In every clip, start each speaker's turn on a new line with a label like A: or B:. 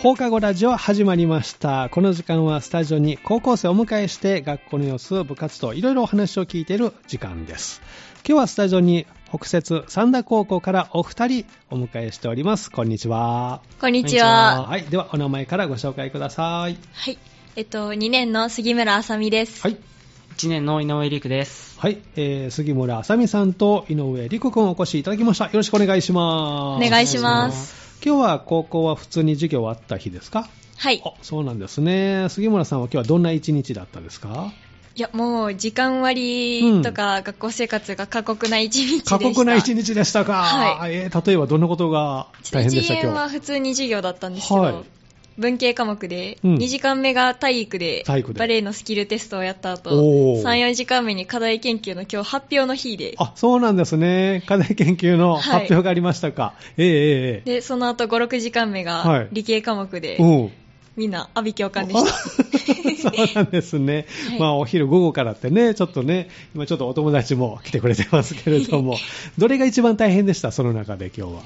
A: 放課後ラジオ始まりました。この時間はスタジオに高校生をお迎えして学校の様子、部活動、いろいろお話を聞いている時間です。今日はスタジオに北摂三田高校からお二人お迎えしております。こんにちは。
B: こんにち
A: あ
B: は。
A: はい。では、お名前からご紹介ください。
B: はい。えっと、2年の杉村あさみです。
A: はい。
C: 1年の井上陸です。
A: はい、えー杉村あさみさんと井上陸君をお越しいただきました。よろしくお願いし
B: お
A: ます。
B: 願いします。
A: 今日は高校は普通に授業終わった日ですか
B: はい。
A: あそうなんですね。杉村さんは今日はどんな一日だったですか
B: いや、もう、時間割とか、学校生活が過酷な一日でした。
A: 過酷な一日でしたか、
B: はい
A: えー例えばどんなことが大変でした
B: 1円
A: 今
B: は
A: 日。
B: 普通に授業だったんですけど、
A: はい
B: 文系科目で、
A: うん
B: 2時間目が体育で
A: 体育で
B: バレエのスキルテストをやった後、
A: おー
B: 3、4時間目に課題研究の今日発表の日で、
A: あ、そうなんですね。課題研究の
B: はい
A: 発表がありましたか。えーえーえ
B: で、その後5、6時間目
A: は
B: が
A: い
B: 理系科目で、
A: ーうん。
B: みんな、阿鼻教官でした。
A: そうなんですね、
B: はい
A: まあ、お昼午後からってね、ちょっとね、今ちょっとお友達も来てくれてますけれ ども、どれが一番大変でした、その中で今日は。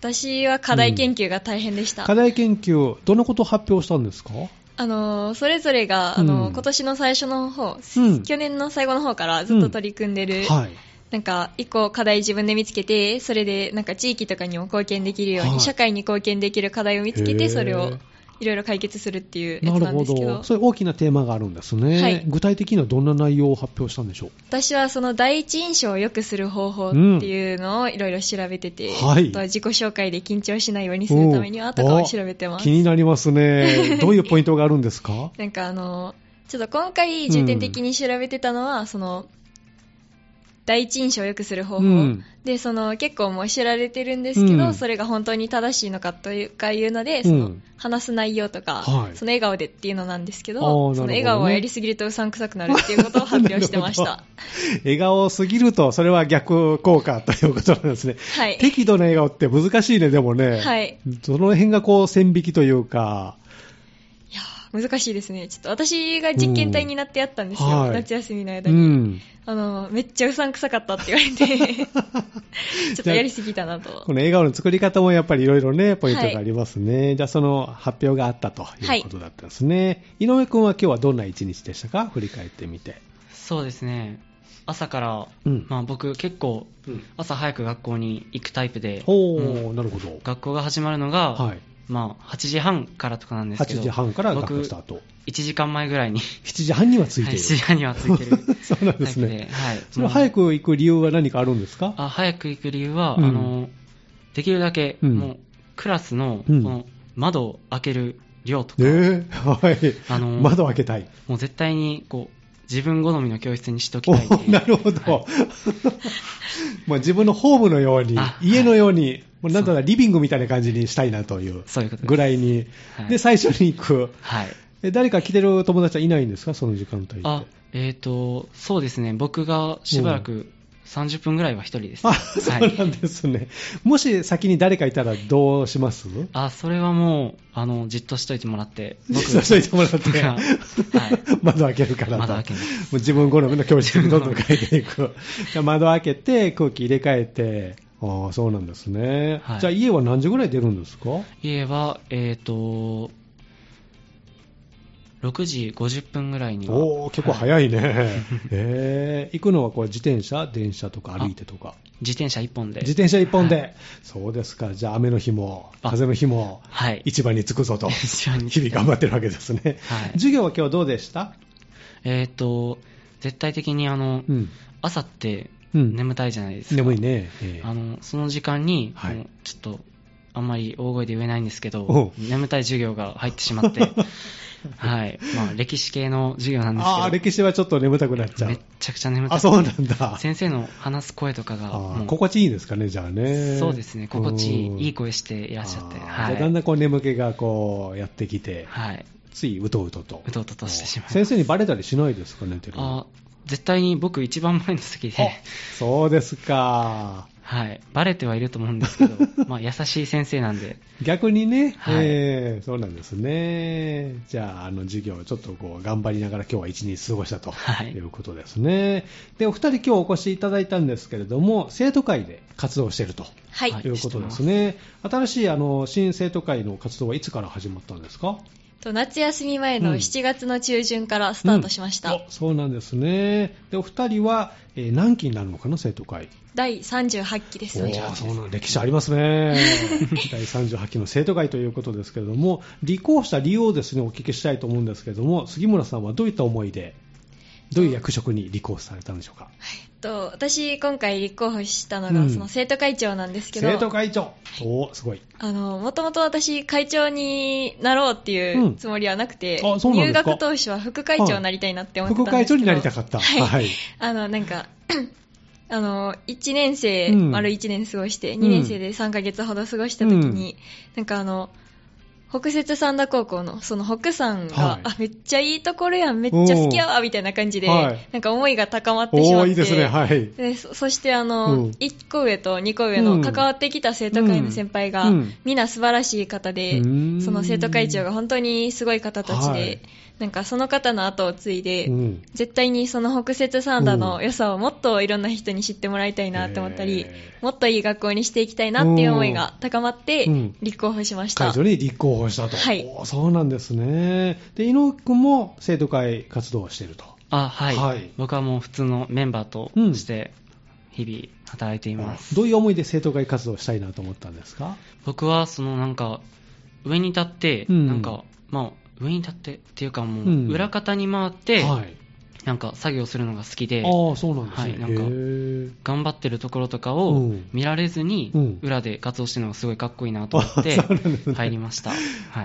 B: 私は課題研究が大変でした。
A: 課題研究、どのことを発表したんですか
B: あのーそれぞれが、あのー
A: うん
B: 今年の最初の方、
A: うん
B: 去年の最後の方からずっと取り組んでる、
A: はい。
B: なんか一個課題自分で見つけてそれでなんか地域とかにも貢献できるように、
A: はい
B: 社会に貢献できる課題を見つけ
A: へー
B: てそれをいろいろ解決するっていうや
A: な
B: つ
A: る
B: なん
A: ほ
B: ですけど
A: ど。そういう大きなテーマがあるんですね。
B: はい
A: 具体的にはどんな内容を発表したんでしょう
B: 私はその第一印象を良くする方法っていうのをいろいろ調べてて、
A: はい
B: あとは自己紹介で緊張しないようにするためにはとかを調べてま
A: 気
B: す
A: になりますね。 どういうポイントがあるんですか
B: なんかあのちょっと今回重点的に調べてたのは、その第一印象を良くする方法、
A: うん
B: でその結構もう知られてるんですけど、
A: うん
B: それが本当に正しいのかというかいうのでその、
A: うん
B: 話す内容とか、
A: はい
B: その笑顔でっていうのなんですけど
A: あーなるほどね
B: その笑顔をやりすぎるとうさんくさくなるっていうことを発表してまし
A: なる
B: た。
A: 笑顔すぎると、それは逆効果ということなんですね。
B: はい、
A: 適度な笑顔って難しいね、でもね。
B: はい、
A: どの辺がこう線引きというか、
B: いやー難しいですね、ちょっと私が実験体になってやったんですよ、
A: うんはい
B: 夏休みの間
A: う
B: に、
A: ん、
B: あの。めっちゃうさんくさかったって言われて、 ちょっとやりすぎたなと
A: こ。の笑顔の作り方もやっぱりいろいろね、ポイントがありますね、じゃあその発表があったということだったんですね、井上君は今日はどんな一日でしたか、振り返ってみて。
C: そうですね。朝から、
A: うん
C: まあ僕結構
A: うん、
C: 朝早く学校に行くタイプで、
A: おー、
C: うん
A: なるほど、
C: 学校が始まるのが、
A: はい、
C: まあ8時半からとかなんですけど、
A: 8時半から学校スター
C: 僕
A: ト、
C: 1時間前ぐらいに、
A: 7時半にはつい
C: は
A: て
C: い
A: いる、
C: 7時半にはついてる
A: そうなんで
C: タイ
A: す
C: プで、
A: ね、
C: はい。
A: その早
C: く
A: く行く理由は何かあるんですか、
C: あ早く行く理由は、
A: うん
C: あの、できるだけ、
A: うん
C: もうクラスの、
A: うん
C: この窓を開ける量とか、
A: ねえ、はい、
C: あのー
A: 窓を開けたい。
C: もう絶対にこう自分好みの教室にしとき
A: お
C: たいっていう
A: なるほ ど、まあ自分のホームのように
C: あ、
A: 家のように、もうなんだかリビングみたいな感じにしたいなという
C: そういうことです
A: ぐらいに、
C: はい
A: で最初に行く、
C: はい。
A: え誰か来てる友達はいないんですか、その時間帯って。
C: あ、えっ、と、そうですね。僕がしばらく30分ぐらいは一人です、
A: あ
C: ね。
A: そう
C: は。
A: ないんですね、もし先に誰かいたらどうします
C: あ、それはもう、あの、じっとしといても らって。
A: そうしといてもらって
C: 僕 がはい。
A: 窓開けるからと
C: 窓開けます
A: もう自分好みの教室にどんどん変えてい くじゃあ窓開けて空気入れ替えてああそうなんですね、
C: はい
A: じゃあ家は何時ぐらい出るんですか
C: 家は、えっ、と、6時50分ぐらいには。
A: おお結構
C: は
A: 早いね、えー行くのはこう自転車電車とか歩いてとか
C: 自転車1本で。
A: 自転車一本で、
C: はい。
A: そうですかじゃあ雨の日も
C: あ
A: 風の日も
C: はい
A: 市場に着くぞと
C: 一緒に
A: 日々頑張ってるわけですね、
C: はい
A: 授業は今日どうでした、
C: えっ、と、絶対的にあの、
A: うん、
C: 朝って
A: うん
C: 眠たいじゃないですか。
A: 眠いね、ええ
C: あのその時間に、
A: はい
C: もうちょっとあんまり大声で言えないんですけ
A: おう
C: ど、眠たい授業が入ってしま って、はいまあ、歴史系の授業なんです
A: ああ
C: け
A: 歴史はちょっと眠たくなっち
C: ど、
A: ゃ
C: め
A: う
C: っちゃくちゃ眠た
A: あ
C: い
A: そうなんだ
C: 先生の話す声とかが、
A: あ
C: も
A: ー
C: う
A: 心地いいですかね、じゃあね。
C: そうですね、心地いい、いい
A: 子
C: 声していらっしゃって、
A: は、
C: はい
A: じゃあだんだんこう眠気がこうやってきて、
C: はい、
A: ついうとうとと。
C: うとうととしてしまいます
A: 先生にバレたりしないですかね、テレビ
C: あー絶対に僕、一番前の席で、
A: あそうですか。
C: はい。バレてはいると思うんですけ ど、まあ、優しい先生なんで、
A: 逆にね、
C: はい
A: えーそうなんですね。じゃあ、あの授業をちょっとこう頑張りながら今日は一日過ごしたと
C: はい
A: いうことですね。で、お二人今日お越しいただいたんですけれども、生徒会で活動していると
B: はい、
C: はい
A: いうことですね。新しいあの新生徒会の活動はいつから始まったんですか
B: と夏休み前の
A: うん
B: 7月の中旬からスタートしました、
A: うんおそうなんですね。で、お二人は、えー何期になるのかな、生徒会。
B: 第38期です
A: お
B: ね
A: ーそうなん歴史あります ね。第38期の生徒会ということですけれども、立候補した理由をですね、お聞きしたいと思うんですけれども、杉村さんはどういった思いで、どういう役職に立候補されたんでしょうか。
B: と私今回立候補したの
A: う
B: が
A: ん
B: その生徒会長なんですけど、
A: 生徒会長。おーすごい。
B: あの、もともと私、会長になろうってい
A: ん
B: うつもりはなくて、
A: あそうなん
B: 入
A: ですか
B: 学当初は副会長になりたいなって思ってたん
A: 副
B: ですけど、
A: 会長になりたかった。
B: はい。
A: はい。
B: あの、なんか、 あの、1年生、
A: うん
B: 丸1年過ごして、
A: うん
B: 2年生で3ヶ月ほど過ごした時に、なんかあの、北摂三田高校の、その北山が、
A: はい
B: あ、めっちゃいいところやん、めっちゃ好きやわ、みたいな感じで、
A: はい
B: なんか思いが高まってしま
A: おー
B: って。
A: いいですね。はい。
B: でそそしてあの、
A: うん
B: 1個上と2個上
A: うん
B: の関わってきた生徒会の先輩が、
A: うん
B: みんな素晴らしい方で、
A: うん
B: その生徒会長が本当にすごい方たちで、
A: はい
B: なんかその方の後を継いで、
A: ん。
B: 絶対にその北摂サンダの良さをもっといろんな人に知ってもらいたいなと思ったり、
A: えー
B: もっといい学校にしていきたいなっていう思いが高まって
A: うん、
B: 立候補しました。
A: 会長に立候補したと。
B: はい
A: おーそうなんですね。で、井上君も生徒会活動をしていると。
C: あ、はい、
A: はい
C: 僕はもう普通のメンバーとして、日々働いています。
A: どういう思いで生徒会活動をしたいなと思ったんですか
C: 僕は、そのなんか、上に立って、
A: うん
C: なんか、まあ、上に立ってっていうかも
A: うん
C: う、裏方に回って、
A: はい。
C: なんか作業するのが好きで、
A: ああ、そうなんですね。
C: はいなんか
A: へー
C: 頑張ってるところとか
A: う
C: を
A: ん
C: 見られずに、
A: うん
C: 裏で活動してるのがすごいかっこいいなと思って
A: あそうなんですね
C: 入りました。
A: あ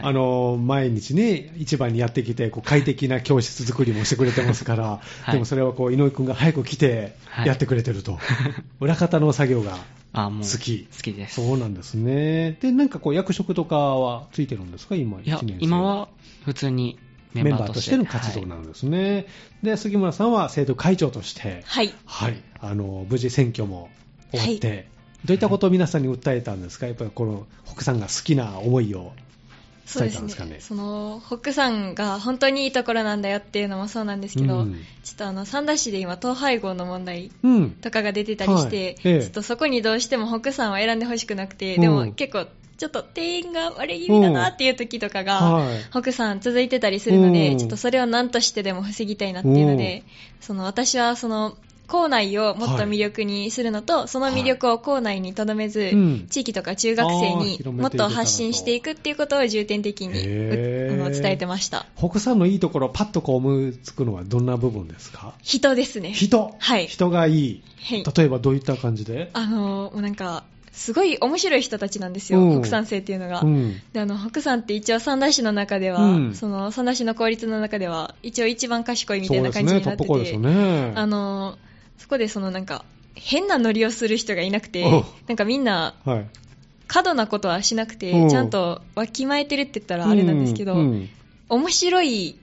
C: はい、
A: の毎日ね、一番にやってきて、こう快適な教室作りもしてくれてますから、
C: はい
A: でもそれはこう井上君が早く来て
C: はい
A: やってくれてると、 裏方の作業が
C: あもう
A: 好き、
C: 好きです。
A: そうなんですね、でなんかこう役職とかはついてるんですか、今、
C: いや
A: 一年、生
C: 今は普通にメ
A: メン
C: ン
A: バ
C: バ
A: ーと
C: ーと
A: し
C: してて
A: の活動
C: はい
A: なんですね、で杉村さんは生徒会長として、
B: はい。
A: はい、あの無事選挙も終わって、どういったことを皆さんに訴えたんですか、やっぱりこの北さんが好きな思いを
B: そう
A: 伝えた
B: です
A: ん
B: ね。
A: ですかね。
B: その、北山が本当にいいところなんだよっていうのもそうなんですけど、
A: うん
B: ちょっとあの、三田市で今、統廃合の問題
A: うん
B: とかが出てたりし
A: はい
B: て、
A: ええ
B: ちょっとそこにどうしても北山は選んでほしくなくて、
A: うん
B: でも結構、ちょっと定員が悪い気味だなっていう時とかが、
A: はい
B: 北山続いてたりするの
A: う
B: で、
A: ん
B: ちょっとそれを何としてでも防ぎたいなっていうので、その私はその校内をもっと魅力にするのと、その魅力を校内にとどめず、
A: うん
B: 地域とか中学生
A: あー
B: に
A: 広
B: も
A: め
B: っ
A: いけ
B: て
A: たらと
B: と発信していくっていうことを重点的に
A: へー
B: うあの伝えてました。
A: 北さんのいいところ、パッとこう思いつくのはどんな部分ですか
B: 人ですね。
A: 人、
B: はい
A: 人がいい、
B: はい
A: 例えばどういった感じで、
B: あのもうなんか、すごい面白い人たちなんですよ、
A: うん
B: 北山生っていうのが。
A: うん、
B: であの北山って一応三田市の中では、
A: うん
B: その三田市の公立の中では一応一番賢いみた
A: そ
B: いうな
A: です
B: 感じ
A: ね、
B: に
A: ト
B: な
A: ッ
B: っ
A: プ
B: て
A: 校です
B: て、
A: よね。
B: あのそこでそのなんか変なノリをする人がいなく
A: お
B: て
A: う
B: なんかみんな
A: はい、
B: 過度なことはしなく
A: お
B: て
A: う
B: ちゃんとわきまえてるって言ったらあれなんですけど、
A: うんうん
B: 面白い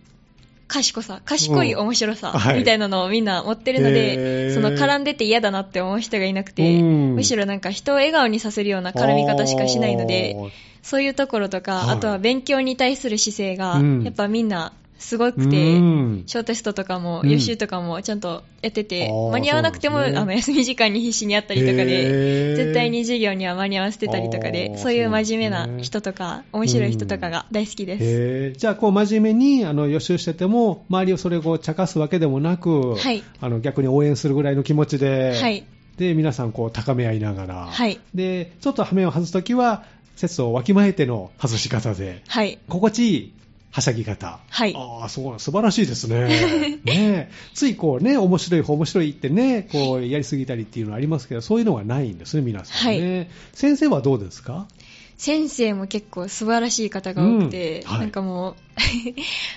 B: 賢さ賢い面白さ
A: うんはい
B: みたいなのをみんな持ってるので、
A: へー
B: その絡んでて嫌だなって思う人がいなくて、
A: うん
B: むしろなんか人を笑顔にさせるような絡み方しかしないので。
A: あー
B: そういうところとか、
A: はい
B: あとは勉強に対する姿勢が、
A: うん
B: やっぱみんなすご
A: う
B: くて、
A: ん
B: 小テストとかも、
A: うん
B: 予習とかもちゃんとやってて、
A: あー
B: 間に合わなくても、
A: そうなんですね
B: あの休み時間に必死にやったりとかで、
A: へー
B: 絶対に授業には間に合わせてたりとか
A: あー
B: で、そういう真面目
A: そうなんです
B: な
A: ね
B: 人とか、面白い人とかが大好きです。
A: へーじゃあ、こう真面目にあの予習してても、周りをそれをこう茶化すわけでもなく、
B: はい
A: あの逆に応援するぐらいの気持ちで、
B: はい
A: で皆さんこう高め合いながら、
B: はい
A: でちょっと羽目を外すときは、節をわきまえての外し方で、
B: はい。
A: 心地いいはしゃぎ方。
B: はい
A: ああ、そう、素晴らしいです ね。ねえついこうね、面白い方面白いってね、こうやりすぎたりっていうのはありますけど、そういうのはないんですね、皆さんね。先生はどうですか
B: 先生も結構素晴らしい方が多くて、
A: うんはい
B: なんかもう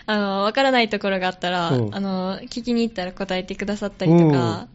B: あのわからないところがあったら、
A: うん
B: あの聞きに行ったら答えてくださったりと
A: う
B: か、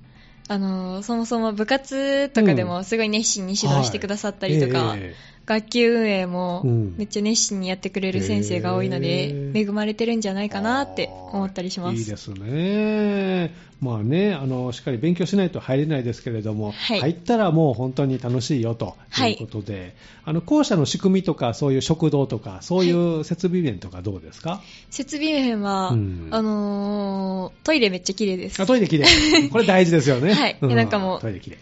B: あのそもそも部活とかでもすごい熱心に指導してくださったりとか、
A: ええ
B: 学級運営も
A: うん
B: めっちゃ熱心にやってくれる先生が多いの
A: へ
B: で
A: ー
B: 恵まれてるんじゃないかなって思ったりします
A: いいですね。まあね、あの、しっかり勉強しないと入れないですけれども、
B: はい
A: 入ったらもう本当に楽しいよと
B: はいいう
A: ことで、あの、校舎の仕組みとか、そういう食堂とか、そういう設備面とかどうですか、
B: 設備面は、
A: うん
B: あのートイレめっちゃ綺麗です
A: あトイレきれい。これ大事ですよね。
B: はい
A: うん
B: なんかもう
A: トイレきれい。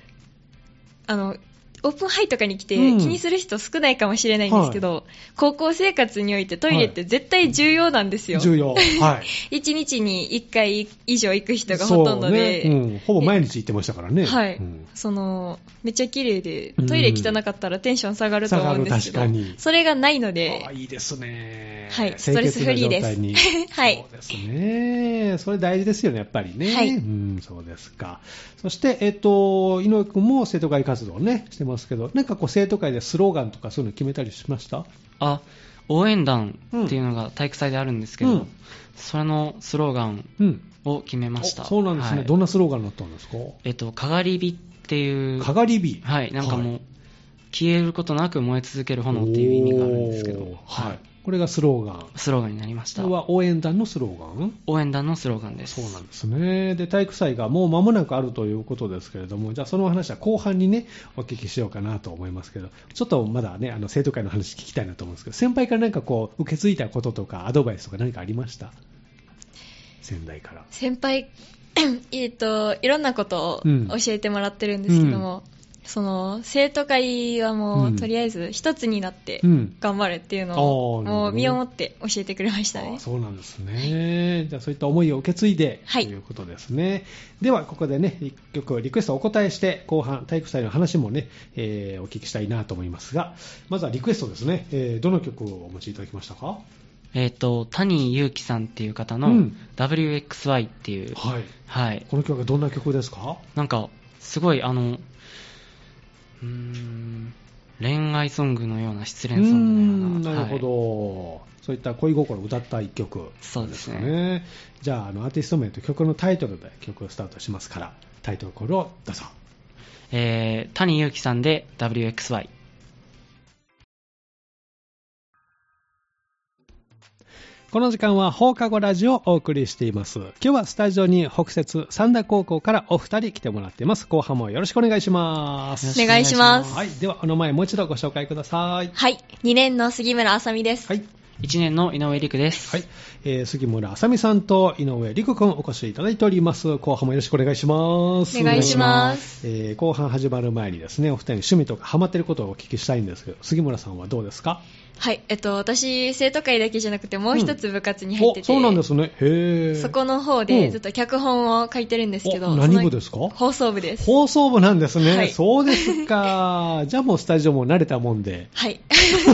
B: あのオープンハイとかに来て気
A: うん
B: にする人少ないかもしれないんですけど、高校生活においてトイレって絶対重要なんですよ、
A: 重要。はい。
B: 1日に1回以上行く人がほとんどで、
A: そうねうん、ほぼ毎日行ってましたからね。
B: はい、
A: うん
B: そのめっちゃ綺麗で
A: うん
B: トイレ汚かったらテンション下がると思うんですけ
A: 下が
B: ど、
A: る確かに
B: それがないので
A: ああいいですね。
B: はい
A: 清潔な状態に
B: ストレスフリー ですはい
A: そうですね。それ大事ですよね、やっぱりね。
B: はい
A: うん、そうですか。そして、えっ、と、井上くんも生徒会活動をね、してますけど、なんかこう、生徒会でスローガンとかそういうの決めたりしました
C: あ、応援団っていうのが体育祭であるんですけど、
A: うん
C: それのスローガン
A: うん。
C: を決めました。
A: おそうなんですね、
C: はい
A: どんなスローガンだったんですか
C: えっと、かがり火っていう、
A: かがり火。
C: はい、なんかもう、
A: はい
C: 消えることなく燃え続ける炎っていう意味があるんですけ
A: おー
C: ど、
A: はい。これがスローガン。
C: スローガンになりまし
A: そ
C: た
A: れ。は応援団のスローガン
C: 応援団のスローガンです。
A: そうなんですね。で、体育祭がもう間もなくあるということですけれども、じゃあその話は後半にね、お聞きしようかなと思いますけど、ちょっとまだね、あの、生徒会の話聞きたいなと思うんですけど、先輩から何かこう、受け継いだこととか、アドバイスとか何かありました先代から。
B: 先輩 えっといろんなことを
A: うん
B: 教えてもらってるんですけども、その生徒会はもう、
A: うん
B: とりあえず一つになって
A: うん
B: 頑張れっていうのを、
A: あーなるほ
B: も
A: どね
B: う身をもって教えてくれましたね
A: あそうなんですね、じゃあそういった思いを受け継いで、
B: はい
A: ということですねではここでね一曲リクエストお答えして後半体育祭の話もね、えーお聞きしたいなと思いますがまずはリクエストですね、えーどの曲をお持ちいただきましたか
C: えっと、谷祐樹さんっていう方
A: う
C: の
A: ん
C: WXY っていう、
A: はい
C: はい、
A: この曲はどんな曲ですか
C: なんか、すごい、あの、うーん、恋愛ソングのような、失恋ソ
A: う
C: ングの
A: ー
C: よ
A: ん
C: う
A: な
C: な。
A: るほ
C: はい
A: ど、そういった恋心を歌った一曲
C: そうですね
A: じゃああのアーティスト名と曲のタイトルで曲をスタートしますからタイトルコールをどうぞ
C: えー、谷祐樹さんで WXY。
A: この時間は放課後ラジオをお送りしています今日はスタジオに北節三田高校からお二人来てもらっています後半もよろしくお願いします
B: お願いします
A: はいではお名前もう一度ご紹介ください
B: はい2年の杉村あさみです、
A: はい
C: 1年の井上陸です。
A: はい、えー杉村あさみさんと井上陸くんお越しいただいております後半もよろしくお願いします
B: お願いします
A: えー後半始まる前にですねお二人の趣味とかハマってることをお聞きしたいんですけど杉村さんはどうですか
B: はい、えっと、私、生徒会だけじゃなくて、もう一つ部活に入ってて、
A: おそうなんですねへえ
B: そこの方
A: うん
B: で、ずっと脚本を書いてるんですけど、
A: お何部ですか
B: その放送部です。
A: 放送部なんですね、
B: はい
A: そうです かじゃあもうスタジオも慣れたもんで
B: はい。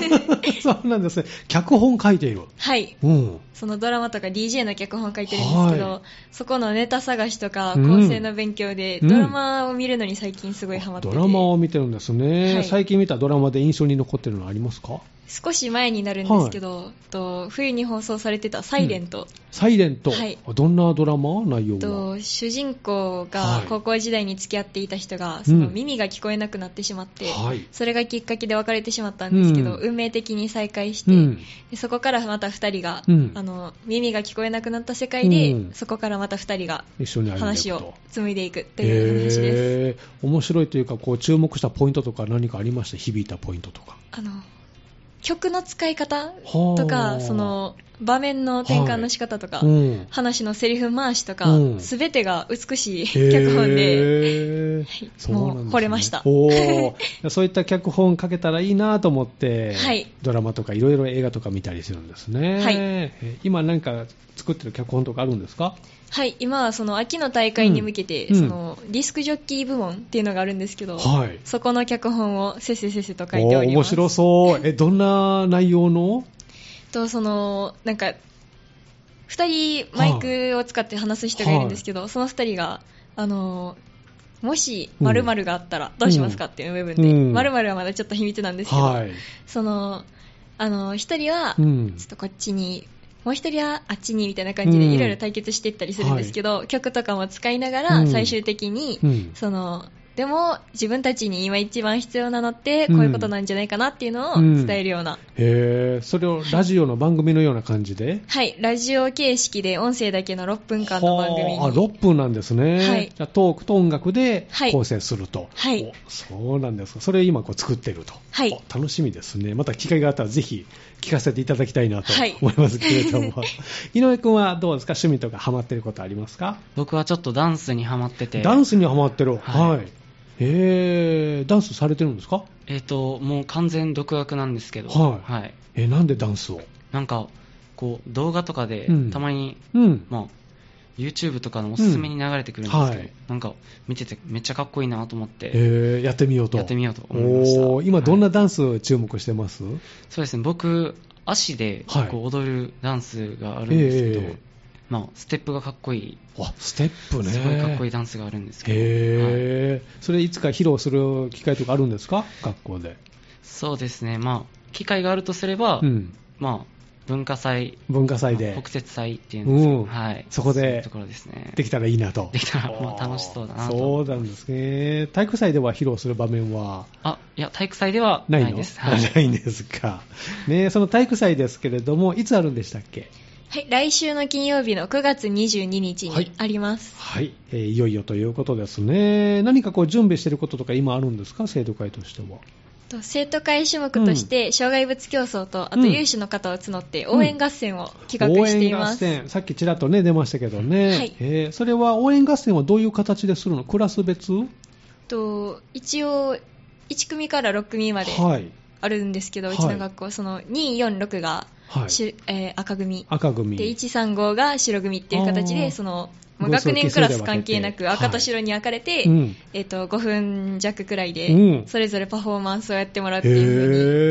A: そうなんですね脚本書いている
B: はい。
A: うん
B: そのドラマとか DJ の脚本書いてるんですけど、
A: はい
B: そこのネタ探しとか、
A: うん
B: 構成の勉強で、
A: うん
B: ドラマを見るのに最近すごいハマって
A: ド
B: て、
A: ラマを見てるんですね、
B: はい
A: 最近見たドラマで印象に残ってるのありますか
B: 少し前になるんですけど、と冬に放送されてた「サイレント、
A: サイレント、
B: はい
A: どんなドラマ内容は
B: と主人公
A: は
B: が
A: い
B: 高校時代に付き合っていた人が、その
A: うん
B: 耳が聞こえなくなってしまって、
A: はい
B: それがきっかけで別れてしまったんですけど、
A: うん
B: 運命的に再会して、
A: うん
B: でそこからまた2人が、
A: うん
B: あの耳が聞こえなくなった世界で、
A: うん
B: そこからまた2人が
A: 一緒に歩んでいく
B: 話
A: と
B: を紡いでいくという話です。
A: へー面白いというかこう注目したポイントとか何かありました響いたポイントとか
B: あの曲の使い方
A: はあ
B: とか、その場面の転換の仕方とか、
A: うん
B: 話のセリフ回しとか
A: うん、
B: すべ、てが美しい脚本で、
A: で
B: はいもう惚れました
A: おーそうい った脚本書けたらいいなと思って、
B: はい
A: ドラマとかいろいろ映画とか見たりするんですね、
B: はい
A: え今なんか作ってる脚本とかあるんですか
B: はい、今はその秋の大会に向けて、
A: うん
B: そのディスクジョッキー部門っていうのがあるんですけど、
A: はい
B: そこの脚本をせっせせっせと書い
A: お
B: て
A: ー
B: おり
A: 面
B: ます。
A: 白そうえどんな内容の
B: とそのなんか2人マイクを使って話す人がいるんですけど、その2人があのもし
A: うん
B: 〇〇があったらどうしますかっていう部分で、
A: うん
B: 〇〇はまだちょっと秘密なんですけど、
A: はい、
B: そのあの1人は
A: う
B: ちょ
A: ん
B: っとこっちに、もう1人はあっちにみたいな感じで
A: うん
B: いろいろ対決していったりするんですけど、曲とかも使いなが
A: う
B: ら
A: ん
B: 最終的に、
A: うん
B: そのでも自分たちに今一番必要なのってこういうことなんじゃないかなっていうのを伝えるような、
A: へえ、それをラジオの番組のような感じで、
B: はいラジオ形式で音声だけの6分間の番組に
A: はああ6分なんですね、
B: はい
A: じゃあトークと音楽で
B: はい
A: 構成すると、
B: はい
A: おそうなんですかそれ今こう作ってると、
B: はい
A: お楽しみですねまた機会があったらぜひ聞かせていただきたいなと
B: はい
A: 思いますけれど も、井上君はどうですか趣味とかハマってることありますか、
C: 僕はちょっとダンスにハマってて
A: ダンスにはマってるは
C: はい
A: い、えー、ダンスされてるんですか
C: えっ、ともう完全独学なんですけど
A: はい
C: はい、
A: えなんでダンスを
C: なんかこう動画とかで
A: うん
C: たまに、
A: うん
C: まあ YouTube とかのおすすめに流れてくるんですけど、
A: うんはい
C: なんか見ててめっちゃかっこいいなと思って、
A: えーやってみようと
C: やってみようと思いました
A: おー今
C: はい
A: どんなダンスを注目してます、
C: そうですね僕足で
A: はい
C: こう踊るダンスがあるんですけど、
A: ええ
C: まあ、ステップがかっこいい
A: あステップね
C: すごいかっこいいダンスがあるんですけど、はい
A: へえ、それいつか披露する機会とかあるんですか学校で。
C: そうですねまあ機会があるとすれば、
A: うん。
C: まあ文化祭
A: 文化祭で
C: 北節祭っていうんですけど、
A: うん
C: はい、
A: そこで
C: そういうところですね
A: できたらいいなと。
C: できたらまあ楽しそうだなと
A: そうなんですね。体育祭では披露する場面は
C: あいや体育祭では
A: ない
C: な
A: の
C: いです
A: あ
C: はい
A: ないんですか。ねその体育祭ですけれども、いつあるんでしたっけ
B: はい来週の金曜日の9月22日
A: はい
B: にあります、
A: はい、えーいよいよということですね。何かこう準備してることとか今あるんですか生徒会としては。
B: と生徒会種目として障害物競争とあ
A: う
B: と
A: ん
B: 有志の方を募って応援合戦を企画しています、
A: 応援合戦、さっきちらっとね、出ましたけどね、
B: はい
A: えーそれは応援合戦はどういう形でするの、クラス別
B: と一応1組から6組まで
A: はい、
B: あるんですけど、
A: はいう
B: ちの学校その246が、
A: はい、
B: しえー赤組
A: 赤組
B: で135が白組っていう形
A: あー
B: でそのもう
A: 分数
B: 学年クラ
A: 奇数
B: ス
A: で分
B: 関
A: けて
B: 係なく
A: はい
B: 赤と白に分かれて、
A: うん
B: えー、と5分弱くらい
A: うん
B: でそれぞれパフォーマンスをやってもらうっていう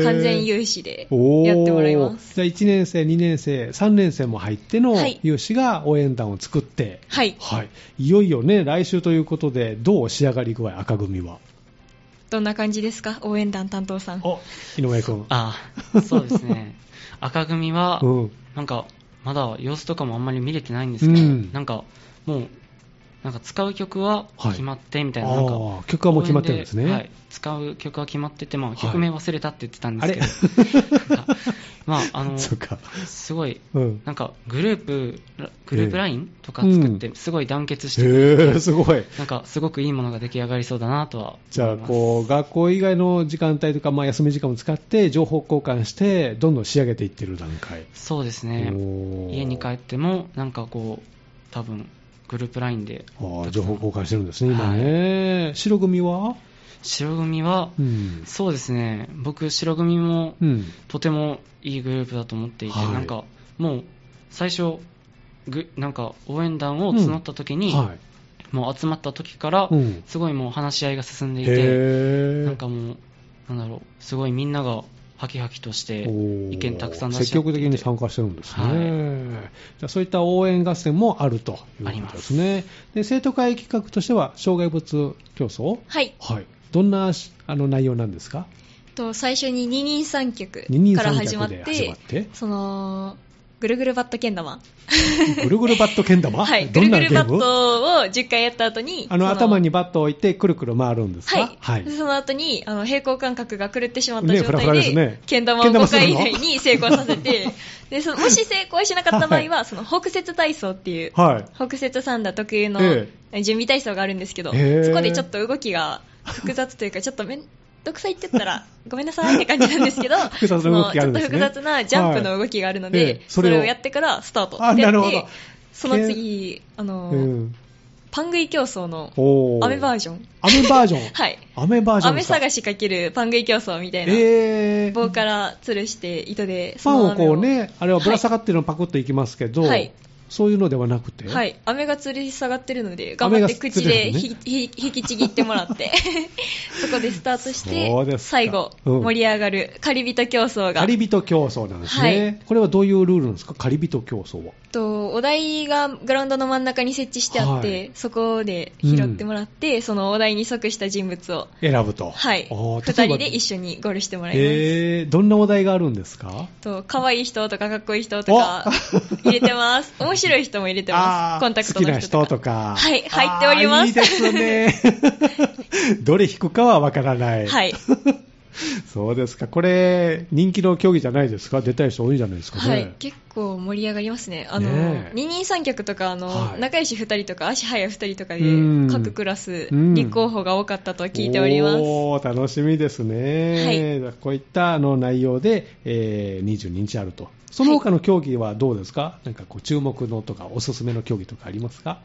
A: へー
B: ふうに完全有志で
A: おー
B: やってもらいます
A: じゃあ1年生、2年生、3年生も入っての
B: はい
A: 有志が応援団を作って、
B: はい
A: はい、いよいよね、来週ということで、どう仕上がり具合、赤組は。
B: どんな感じですか応援団担当さん
A: お井上君。
C: あそうで すね赤組は、
A: うん
C: なんかまだ様子とかもあんまり見れてないんですけど、
A: うん
C: なんかもうなんか使う曲は
A: はい
C: 決まってみたいな,、
A: あ
C: なんか
A: ー曲はもう決まってるんですね。
C: 公演はい、使う曲は決まってて、ま
A: は
C: あ、
A: い
C: 曲名忘れたって言ってたん
A: あれ
C: ですけど、 なんかまああ の
A: そうか。
C: すごい
A: うん。
C: なんかグループグループラインとか作っ
A: う
C: てすごい団結して、
A: へえ、すごい。
C: なんかすごくいいものが出来上がりそうだなとは思います
A: じゃあこう学校以外の時間帯とか、まあ、休み時間を使って情報交換してどんどん仕上げていってる段階、
C: そうですね
A: おー
C: 家に帰ってもなんかこう多分グループラインで
A: あー情報交換してるんですね、今
C: はい
A: ね、白組は、
C: 白組は、
A: うん
C: そうですね僕白組も、
A: うん、
C: とてもいいグループだと思っていて、
A: はい
C: なんかもう最初ぐなんか応援団を募った時に、
A: はい
C: もう集まった時から、
A: うん
C: すごいもう話し合いが進んでいて
A: へー
C: なんかもうなんだろうすごいみんながハキハキとして
A: おー
C: 意見たくさん出し合って
A: 積極的に参加してるんですね、
C: はい
A: じゃあそういった応援合戦もあるということですねで生徒会企画としては障害物競争、
B: はい
A: はい、どんなしあの内容なんですか
B: と最初に二人三脚
A: 二人
B: から
A: 三
B: 始ま
A: 脚
B: っ
A: で
B: て
A: 始まって
B: そのぐるぐるバットけん玉
A: ぐるぐるバットけん玉、
B: はい、ぐ
A: どん
B: る
A: な
B: ぐ
A: ゲ
B: る
A: ー
B: バッ
A: ム
B: トを10回やった後に、
A: あの
B: そ
A: 頭にバットを置いてくるくる回るんです
B: は
A: か
B: い、 その後にあの平行感覚が狂ってしまった
A: ね
B: 状
A: フラフラ
B: 態
A: で
B: です
A: ね
B: けん玉を
A: けん玉
B: 5
A: するの
B: 回以内に成功させて でそのもし成功しなかった場合は、その北節体操っていう、
A: はい
B: 北節サンダ特有の
A: え
B: 準備体操があるんですけど、
A: へえ
B: そこでちょっと動きが複雑というかちょっとめんどくさいって言った らごめんなさいって感じなんですけど
A: 複雑な動きがあるんですね
B: そのちょっと複雑なジャンプの動きがあるの
A: はい
B: で、
A: ええそ
B: そ
A: れ
B: れ
A: を
B: をやってからスタート
A: あ
B: って
A: な
B: や
A: る
B: っ
A: ほど
B: てその次あの、
A: うん
B: パン食い競争の
A: お
B: 雨バー
A: ジ
B: ジョン。
A: ョン雨バージョン
B: はい。
A: 雨バージョン
B: 雨探
A: し
B: しかけるパン食い競争みたいな。
A: えー
B: 棒から吊るして糸で、
A: パンをこうねあれはぶら下
B: が
A: がってるのパクッといきますけど、
B: はい
A: そういうのではなくて、
B: はい。はい飴が吊り下がってるので、頑
A: 飴
B: 張
A: が
B: って口
A: 吊
B: で
A: る
B: ひひ引きちぎってもらって、 そこでスタートし
A: そうで
B: て、
A: すか
B: 最後、
A: うん
B: 盛り上がる狩り人競争が
A: カ。リビト競争なんですね、
B: はい
A: これはどういうルールなんですかカリビト競争は
B: とお題がグラウンドの真ん中に設置してあって、
A: はい
B: そこで拾ってもらって、そのお題に即した人物を、
A: 選ぶと
B: はい、
A: おー
B: 2人
A: 例
B: で
A: えば
B: 一緒にゴールしてもらいます。
A: えー、どんなお題があるんですか
B: と可愛い人とかかっこいい人とか
A: お
B: 入れてます面白い人も入れ てます。コンタクトの人
A: 好きな人とか。
B: はい入っております
A: あーいいです ね。どれ引くかはわからない。
B: はい。
A: そうですか。これ、人気の競技じゃないですか出たい人多いんじゃないですかね。
B: はい、結構盛り上がりますね。あの、
A: ねえ
B: 二人三脚とか、あの、
A: はい
B: 仲良し二人とか、足早二人とかで
A: うん、
B: 各クラス、
A: うん
B: 立候補が多かったと聞いております。
A: おー楽しみですね。こういったあの内容で、えー22日あると。その他の競技はどうですか、なんかこう注目のとかおすすめの競技とかありますか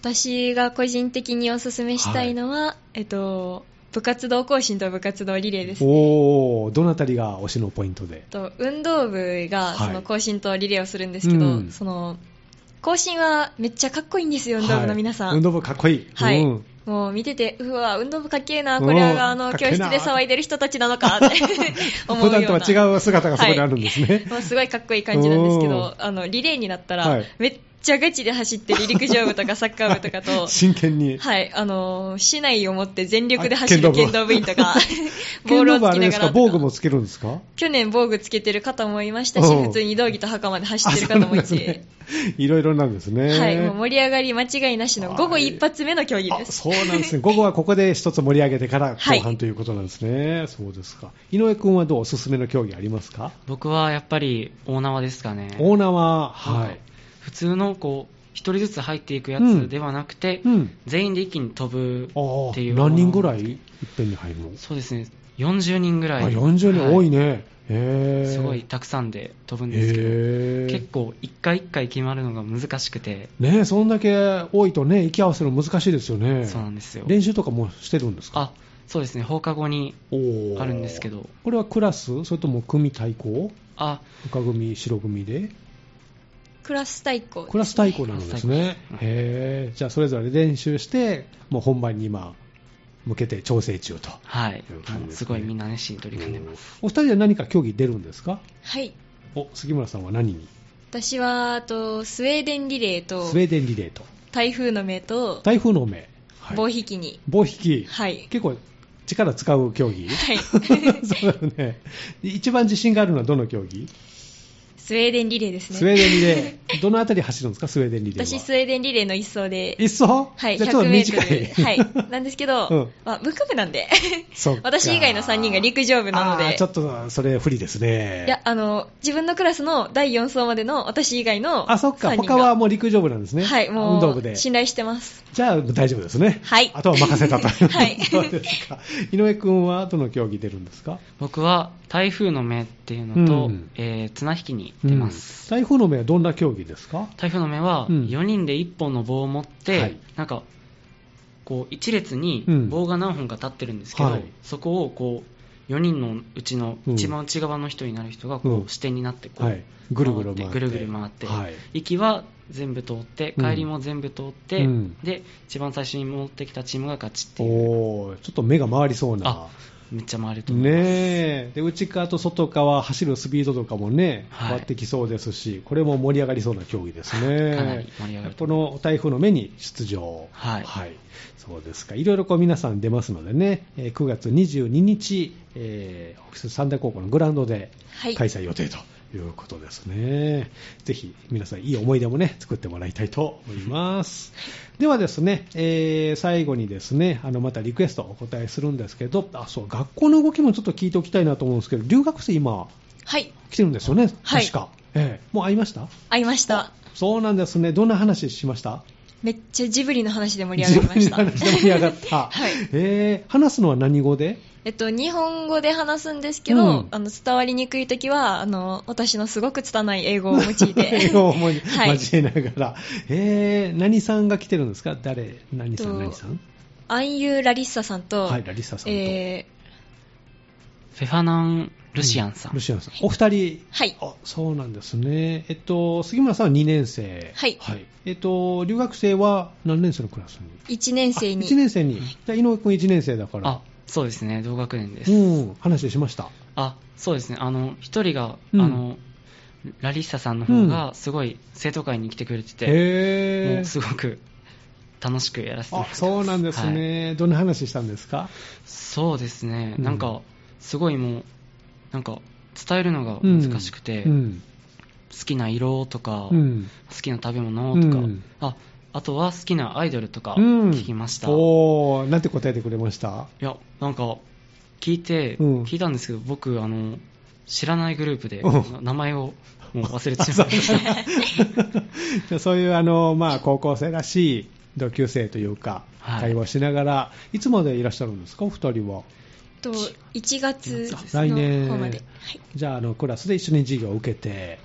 B: 私が個人的におすすめしたいのは、えっと、部活動更新と部活動リレーです。
A: おーどのあたりが推しのポイントで
B: えっと運動部が
A: はい
B: その更新とリレーをするんですけど、
A: うん
B: その更新はめっちゃかっこいいんですよ、運動部の皆さん。
A: はい運動部かっこいい。
B: はい
A: うん
B: もう見てて、うわ、運動部かっけえな、
A: うん
B: これはあの
A: かっけ
B: 教
A: え
B: 室
A: な
B: で騒いでる人たちなのかって 思う
A: 普
B: ような
A: 段とは違う姿がそこにあるんですね。
B: もうすごいかっこいい感じなんですけ
A: おー
B: ど、あのリレーになったら、
A: はい
B: めっちゃガチで走ってる陸上部とかサッカー部と かと、
A: 真剣に。
B: はい、あのー市内を持って全力で
A: あ
B: 走る
A: 剣
B: 剣
A: 道
B: 道
A: 部
B: 部員 とか、 ボ
A: 剣
B: ール
A: 道部
B: をつ
A: あ
B: き
A: れで
B: なが
A: すか
B: らとか
A: 防具もつけるんですか
B: 去年防具つけてる方もいましたし、
A: うん
B: 普通に道着と袴で走
A: あ
B: ってる
A: そう
B: 方
A: なん
B: もい
A: です
B: て、
A: ね。いろいろなんですね。
B: はい、もう盛り上がり間違いなしの午後
A: はい
B: 一発目の競技
A: あ
B: です。
A: そうなんですね。午後はここで一つ盛り上げてから
B: は
A: 後
B: い
A: 半ということなんですね。そうですか。井上君はどうおすすめの競技ありますか
C: 僕はやっぱり大縄ですかね。
A: オーナーは、はい。
C: 普通のこう、一人ずつ入っていくや
A: うん
C: つではなくて、
A: うん。
C: 全員で一気に飛ぶ
A: ああ
C: ってい、う。
A: 何人ぐらいいっぺんに入るの
C: そうですね。40人ぐらい。
A: あ、40人多い
C: ね。
A: ね。へー
C: すごいたくさんで飛ぶんですけど、
A: へー
C: 結構一回一回決まるのが難しくて、
A: ねえ、そんだけ多いとね、息合わせるの難しいですよね。
C: そうなんですよ。
A: 練習とかもしてるんですか
C: あ、そうですね。放課後にあるんですけ。
A: おー
C: ど、
A: これはクラスそれとも組対抗
C: あ、
A: 赤組、白組で
B: クラス対抗。
A: クラス対抗なんですね
C: クラス対抗。
A: へーじゃあそれぞれ練習して、もう本番に今、向けて調整中と。
C: はい
A: という感じですね。
C: もうすごいみんな熱心に取り組んでます。
A: お二人で何か競技出るんですか
B: はい。
A: お、杉村さんは何に
B: 私は、あと、スウェーデンリレーと
A: スウ、ェーデンリレーと。
B: 台風の目と、
A: 台風の目。はい
B: 棒引きに。
A: 棒引き。
B: はい。
A: 結構力使う競技
B: はい。
A: そうだね。一番自信があるのはどの競技
B: スウェーデンリレーですね。
A: スウェーデンリレー。どのあたり走るんですかスウェーデンリレーは。
B: 私、スウェーデンリレーの一走で、
A: 一層
B: はい、
A: じゃあちょっと
B: 100メー
A: 短
B: トル。
A: い。
B: はい。なんですけど、
A: うん
B: まあ、文化部なんで、
A: そっか
B: 私以外の3人が陸上部なので
A: あーちょっと、それ不利ですね。
B: いや、あの、自分のクラスの第4走までの私以外の
A: あ、そっか。
B: 3人が
A: 他はもう陸上部なんですね。
B: はい、もう、
A: 運動部で。
B: 信頼してます。
A: じゃあ、大丈夫ですね。
B: はい
A: あとは任せたと。
B: はい
A: そうですか。井上くんはどの競技出るんですか
C: 僕は台風の目っていうのと、
A: うん
C: えー綱引きに出ます、
A: うん台風の目はどんな競技ですか
C: 台風の目は
A: うん
C: 4人で1本の棒を持って、
A: はい
C: なんかこう1列に
A: うん
C: 棒が何本か立ってるんですけど、
A: はい
C: そこをこう4人のうちの
A: うん
C: 一番内側の人になる人がこう、
A: うん
C: 支点になってこう、
A: はい。ぐるぐる回って。
C: ぐるぐる回って
A: はい。
C: 行きは全部通って
A: うん
C: 帰りも全部通って、
A: うん
C: で一番最初に戻ってきたチームが勝ちっていう
A: おーちょっと目が回りそうな
C: あ。めっちゃ回ると思います、
A: ねえ。で、内側と外側、走るスピードとかもね、
C: はい
A: 変わってきそうですし、これも盛り上がりそうな競技ですね。
C: かなり盛り上がると
A: この台風の目に出場。
C: はい
A: そうですか。いろいろこう皆さん出ますのでね、えー9月22日、えー、北摂三田高校のグラウンドで
B: はい。
A: 開催予定ということですね。ぜひ皆さんいい思い出もね、作ってもらいたいと思います。ではですね、えー最後にですね、あの、またリクエストお答えするんですけど、あ、そう、学校の動きもちょっと聞いておきたいなと思うんですけど、留学生今
B: はい。
A: 来てるんですよね、
B: はい
A: 確か。ええもう会いました
B: 会いました。
A: そうなんですね。どんな話しました
B: めっちゃジブリの話で盛り上がりまし
A: 自分
B: た。
A: の話で盛り上がった。
B: はい
A: えー話すのは何語で
B: えっと、日本語で話すんですけど、
A: うん
B: あの伝わりにくいときはあの、私のすごく拙い英語を用いて、
A: 英語をも
B: はい
A: 交えながら。えー何さんが来てるんですか誰何さ
B: えっ
A: ん
B: と
A: 何さん
B: アンユー・ラリッサさんと、
A: はい、ラリサさんと。
B: え
C: フェファナン・ルシアンさん、
A: ルシアンさん。お二人。
B: はい
A: あ、そうなんですね。えっと、杉村さんは2年生。
B: はい
A: えっと、留学生は何年生のクラスに
B: ー、1年生に
A: 1年生に。じゃあ井上くん1年生だから。
C: あそうですね同学年です、
A: うん、話しました。
C: あそうですね、あの一人が、
A: うん
C: あのラリッサさんの方が、すごい生徒会に来てくれてて、
A: へ
C: もう
A: ー
C: すごく楽しくやらせてもら
A: あ
C: ってます
A: そうなんです
C: はい
A: ね、どんな話したんですか
C: そうですね、
A: うん
C: なんか、すごいもう、なんか、伝えるのが難しくて、
A: うん
C: 好きな色とか、
A: うん。
C: 好きな食べ物とか、
A: うん
C: ああとは好きなアイドルとか
A: うん
C: 聞きました、い
A: おー、なんて答えてくれま した
C: やなんか聞いて、
A: うん
C: 聞いたんですけど僕あの知らないグループで、
A: うん
C: な名前をもう忘れてしまい ました
A: じゃあそういうあの、まあ、高校生らしい同級生というか、
C: はい
A: 会話しながら、いつまでいらっしゃるんですか、お二人は。
B: と1月
A: 来年
B: の方まで、はい、
A: じゃああの、クラスで一緒に授業を受けて、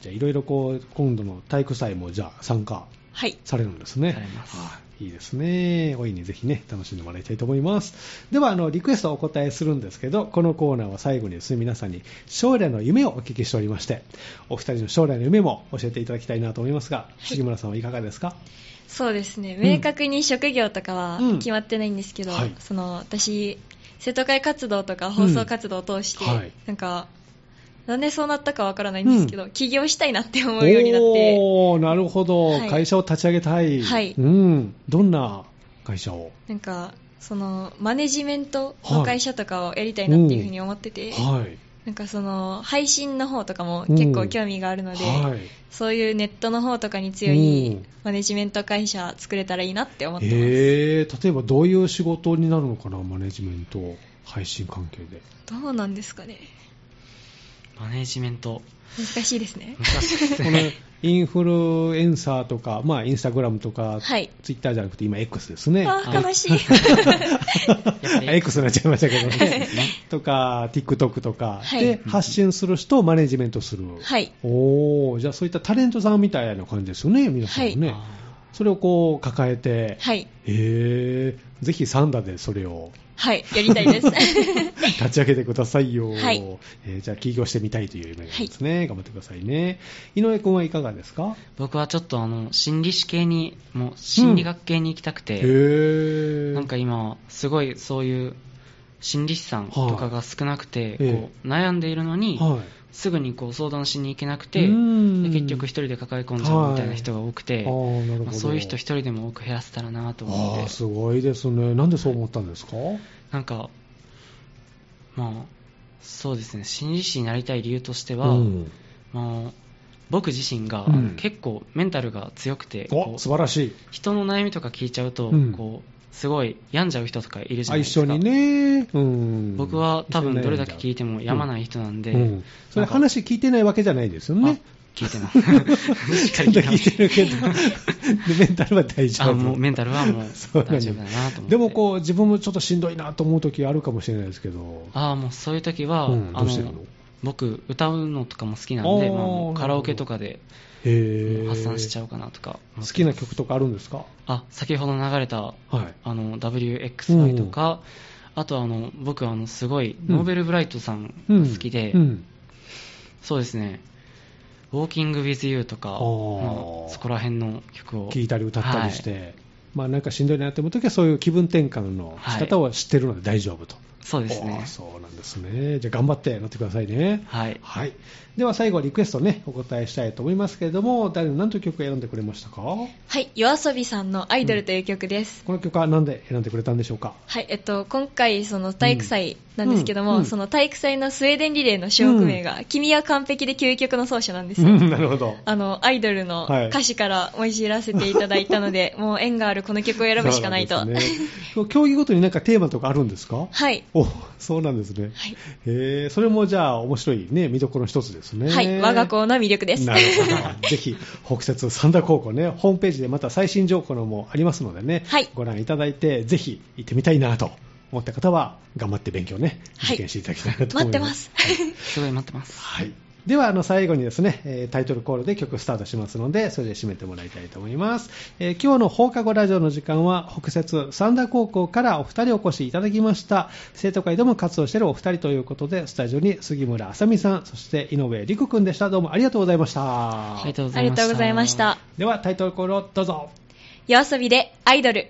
A: じゃあいろいろこう、今度の体育祭もじゃあ参加
B: はい、
A: されるんですね。
C: されます
A: はいいいですね。大いにぜひね、楽しんでもらいたいと思います。では、あの、リクエストをお答えするんですけど、このコーナーは最後にですね、皆さんに将来の夢をお聞きしておりまして、お二人の将来の夢も教えていただきたいなと思いますが、杉村さんはいかがですか
B: そうですね
A: うん
B: 明確に職業とかは
A: うん
B: 決まってないんですけど、
A: はい
B: その私生徒会活動とか放送活動を通して、
A: うんはい
B: なんかなんでそうなったかわからないんですけど、起業したいなって思うようになって
A: おー、なるほど、
B: はい
A: 会社を立ち上げたい。
B: はい
A: うん。どんな会社を
B: なんかそのマネジメントの会社とかをやりたいなっていうふうに思ってて、
A: はい。
B: なんかその配信の方とかも
A: うん
B: 結構興味があるので、
A: はい。
B: そういうネットの方とかに強
A: う
B: い
A: ん
B: マネジメント会社作れたらいいなって思ってます、
A: えー、例えばどういう仕事になるのかな、マネジメント、配信関係で。
B: どうなんですかね
C: マネージメント
B: 難しいですね
C: 難しいです
A: この
C: ね
A: インフルエンサーとか、まあ、インスタグラムとか、
B: はい
A: ツイッターじゃなくて、今、X ですね。
B: あー悲しい
C: やっぱ
A: X になっちゃいましたけど
C: で
A: ね。
C: すね
A: とか、TikTok とか、
B: はい
A: で、発信する人をマネジメントする。
B: はい
A: おーじゃあそういったタレントさんみたいな感じですよね、皆さんも ね。
C: あ
A: それをこう抱えて、
B: はい
A: えー、ぜひサンダでそれ を
B: はいやりたいです
A: 立ち上げてくださいよ。
B: はい
A: えーじゃあ起業してみたいという夢なんですね。頑張ってくださいね。井上君はいかがですか
C: 僕はちょっとあの心理士系にもう心理学系に行きたくて、
A: へー
C: なんか今、すごいそういう心理師さんとかが少なくて、
A: はい
C: こう悩んでいるのに、
A: は
C: すぐにこう相談しに行けなく
A: い、
C: て、で
A: うん
C: 結局、一人で抱え込んじゃうみたいな人が多く
A: あ
C: て、
A: ーなる
C: ま
A: ほど
C: あそういう人、一人でも多く減らせたらなと
A: あ
C: 思
A: ー
C: っ
A: す
C: て、
A: ごいですね、なんでそう思ったんですか、
C: なんか、まあ、そうですね、心理師になりたい理由としては、
A: うん
C: まあ、僕自身が、
A: うん
C: 結構メンタルが強くて、こ
A: お
C: う
A: 素晴らしい、
C: 人の悩みとか聞いちゃうと、
A: うん
C: こうすごい病んじゃう人とかいるじゃない
A: 相
C: ですか。
A: 性にね、うん
C: 僕は多分どれだけ聞い
A: て
C: てもやまない人なんで、
A: うん、それ、話聞いてないわけじゃないですよね、
C: あ聞いてま すし
A: ちゃ
C: っかり
A: んと
C: 聞いて ま
A: 聞い
C: す
A: てる けど、でメンタルは大丈
C: あ
A: 夫。
C: もうメンタルはもう
A: そうなんだ
C: 大丈夫だなと思って
A: でもこう自分もちょっとしんどいなと思う時あるかもしれないですけど、
C: ああもうそういう時は、
A: うん
C: あ
A: どうしてるの
C: 僕歌うのとかも好きなん
A: あ
C: で、
A: ー
C: まあもうカラオケとかで
A: へー
C: 発散しちゃうかなとか
A: 好きな曲とかあるんですか、
C: あ先ほど流れた
A: はい、
C: あの WXY とか、あとあの僕あのすごいノーベルブライトさんが好きで、
A: うんうん
C: そうですね「ウォーキング・ウィズ・ユー」とか、
A: あー
C: まあそこら辺の曲を
A: 聴いたり歌ったりし
C: は
A: て、
C: い
A: まあ、なんかしんどいなって思う時はそういう気分転換の仕方を知ってるので大丈夫と、
C: そうです
A: おー
C: ね
A: そうなんですねじゃあ頑張って乗ってくださいね
C: はい
A: はいでは最後リクエストねお答えしたいと思いますけれども誰の何という曲を選んでくれましたかこ
B: はい夜遊びさんの「アイドル」という曲です、
A: の曲は何で選んでくれたんでしょうか
B: はいえっと、今回、その体育祭なんですけども、
A: うんうん
B: その体育祭のスウェーデンリレーの種目名が、君は完璧で究極の奏者なんですよ。
A: うんなるほど
B: あの、アイドルの歌詞から思い知らせていただいた ので、もう縁があるこの曲を選ぶしかないと。
A: そうなんですね競技ごとになんかテーマとかあるんですか
B: はい。
A: おそうなんですね、
B: はい
A: へーそれもじゃあ面白いね見どころの一つですね
B: はい。我が校の魅力です。
A: なるほど。ぜひ、北節三田高校ね、ホームページでまた最新情報のもありますのでね、
B: はい
A: ご覧いただいて、ぜひ行ってみたいなと思った方は、頑張って勉強ね、
B: はい
A: 受験していただきたいなと思
B: 待
A: います。
B: ってます。
C: すごい待ってます
A: はい。では、あの、最後にですね、えータイトルコールで曲スタートしますので、それで締めてもらいたいと思います。えー今日の放課後ラジオの時間は、北節三田高校からお二人お越しいただきました。生徒会でも活動しているお二人ということで、スタジオに杉村あさみさん、そして井上陸くんでした。どうもありがとうございました。
C: ありがとうご
B: あ
C: ざい
B: り
C: ま
B: が
C: した
B: とうございました。
A: ではタイトルコールをどうぞ
B: 夜遊びでアイドル。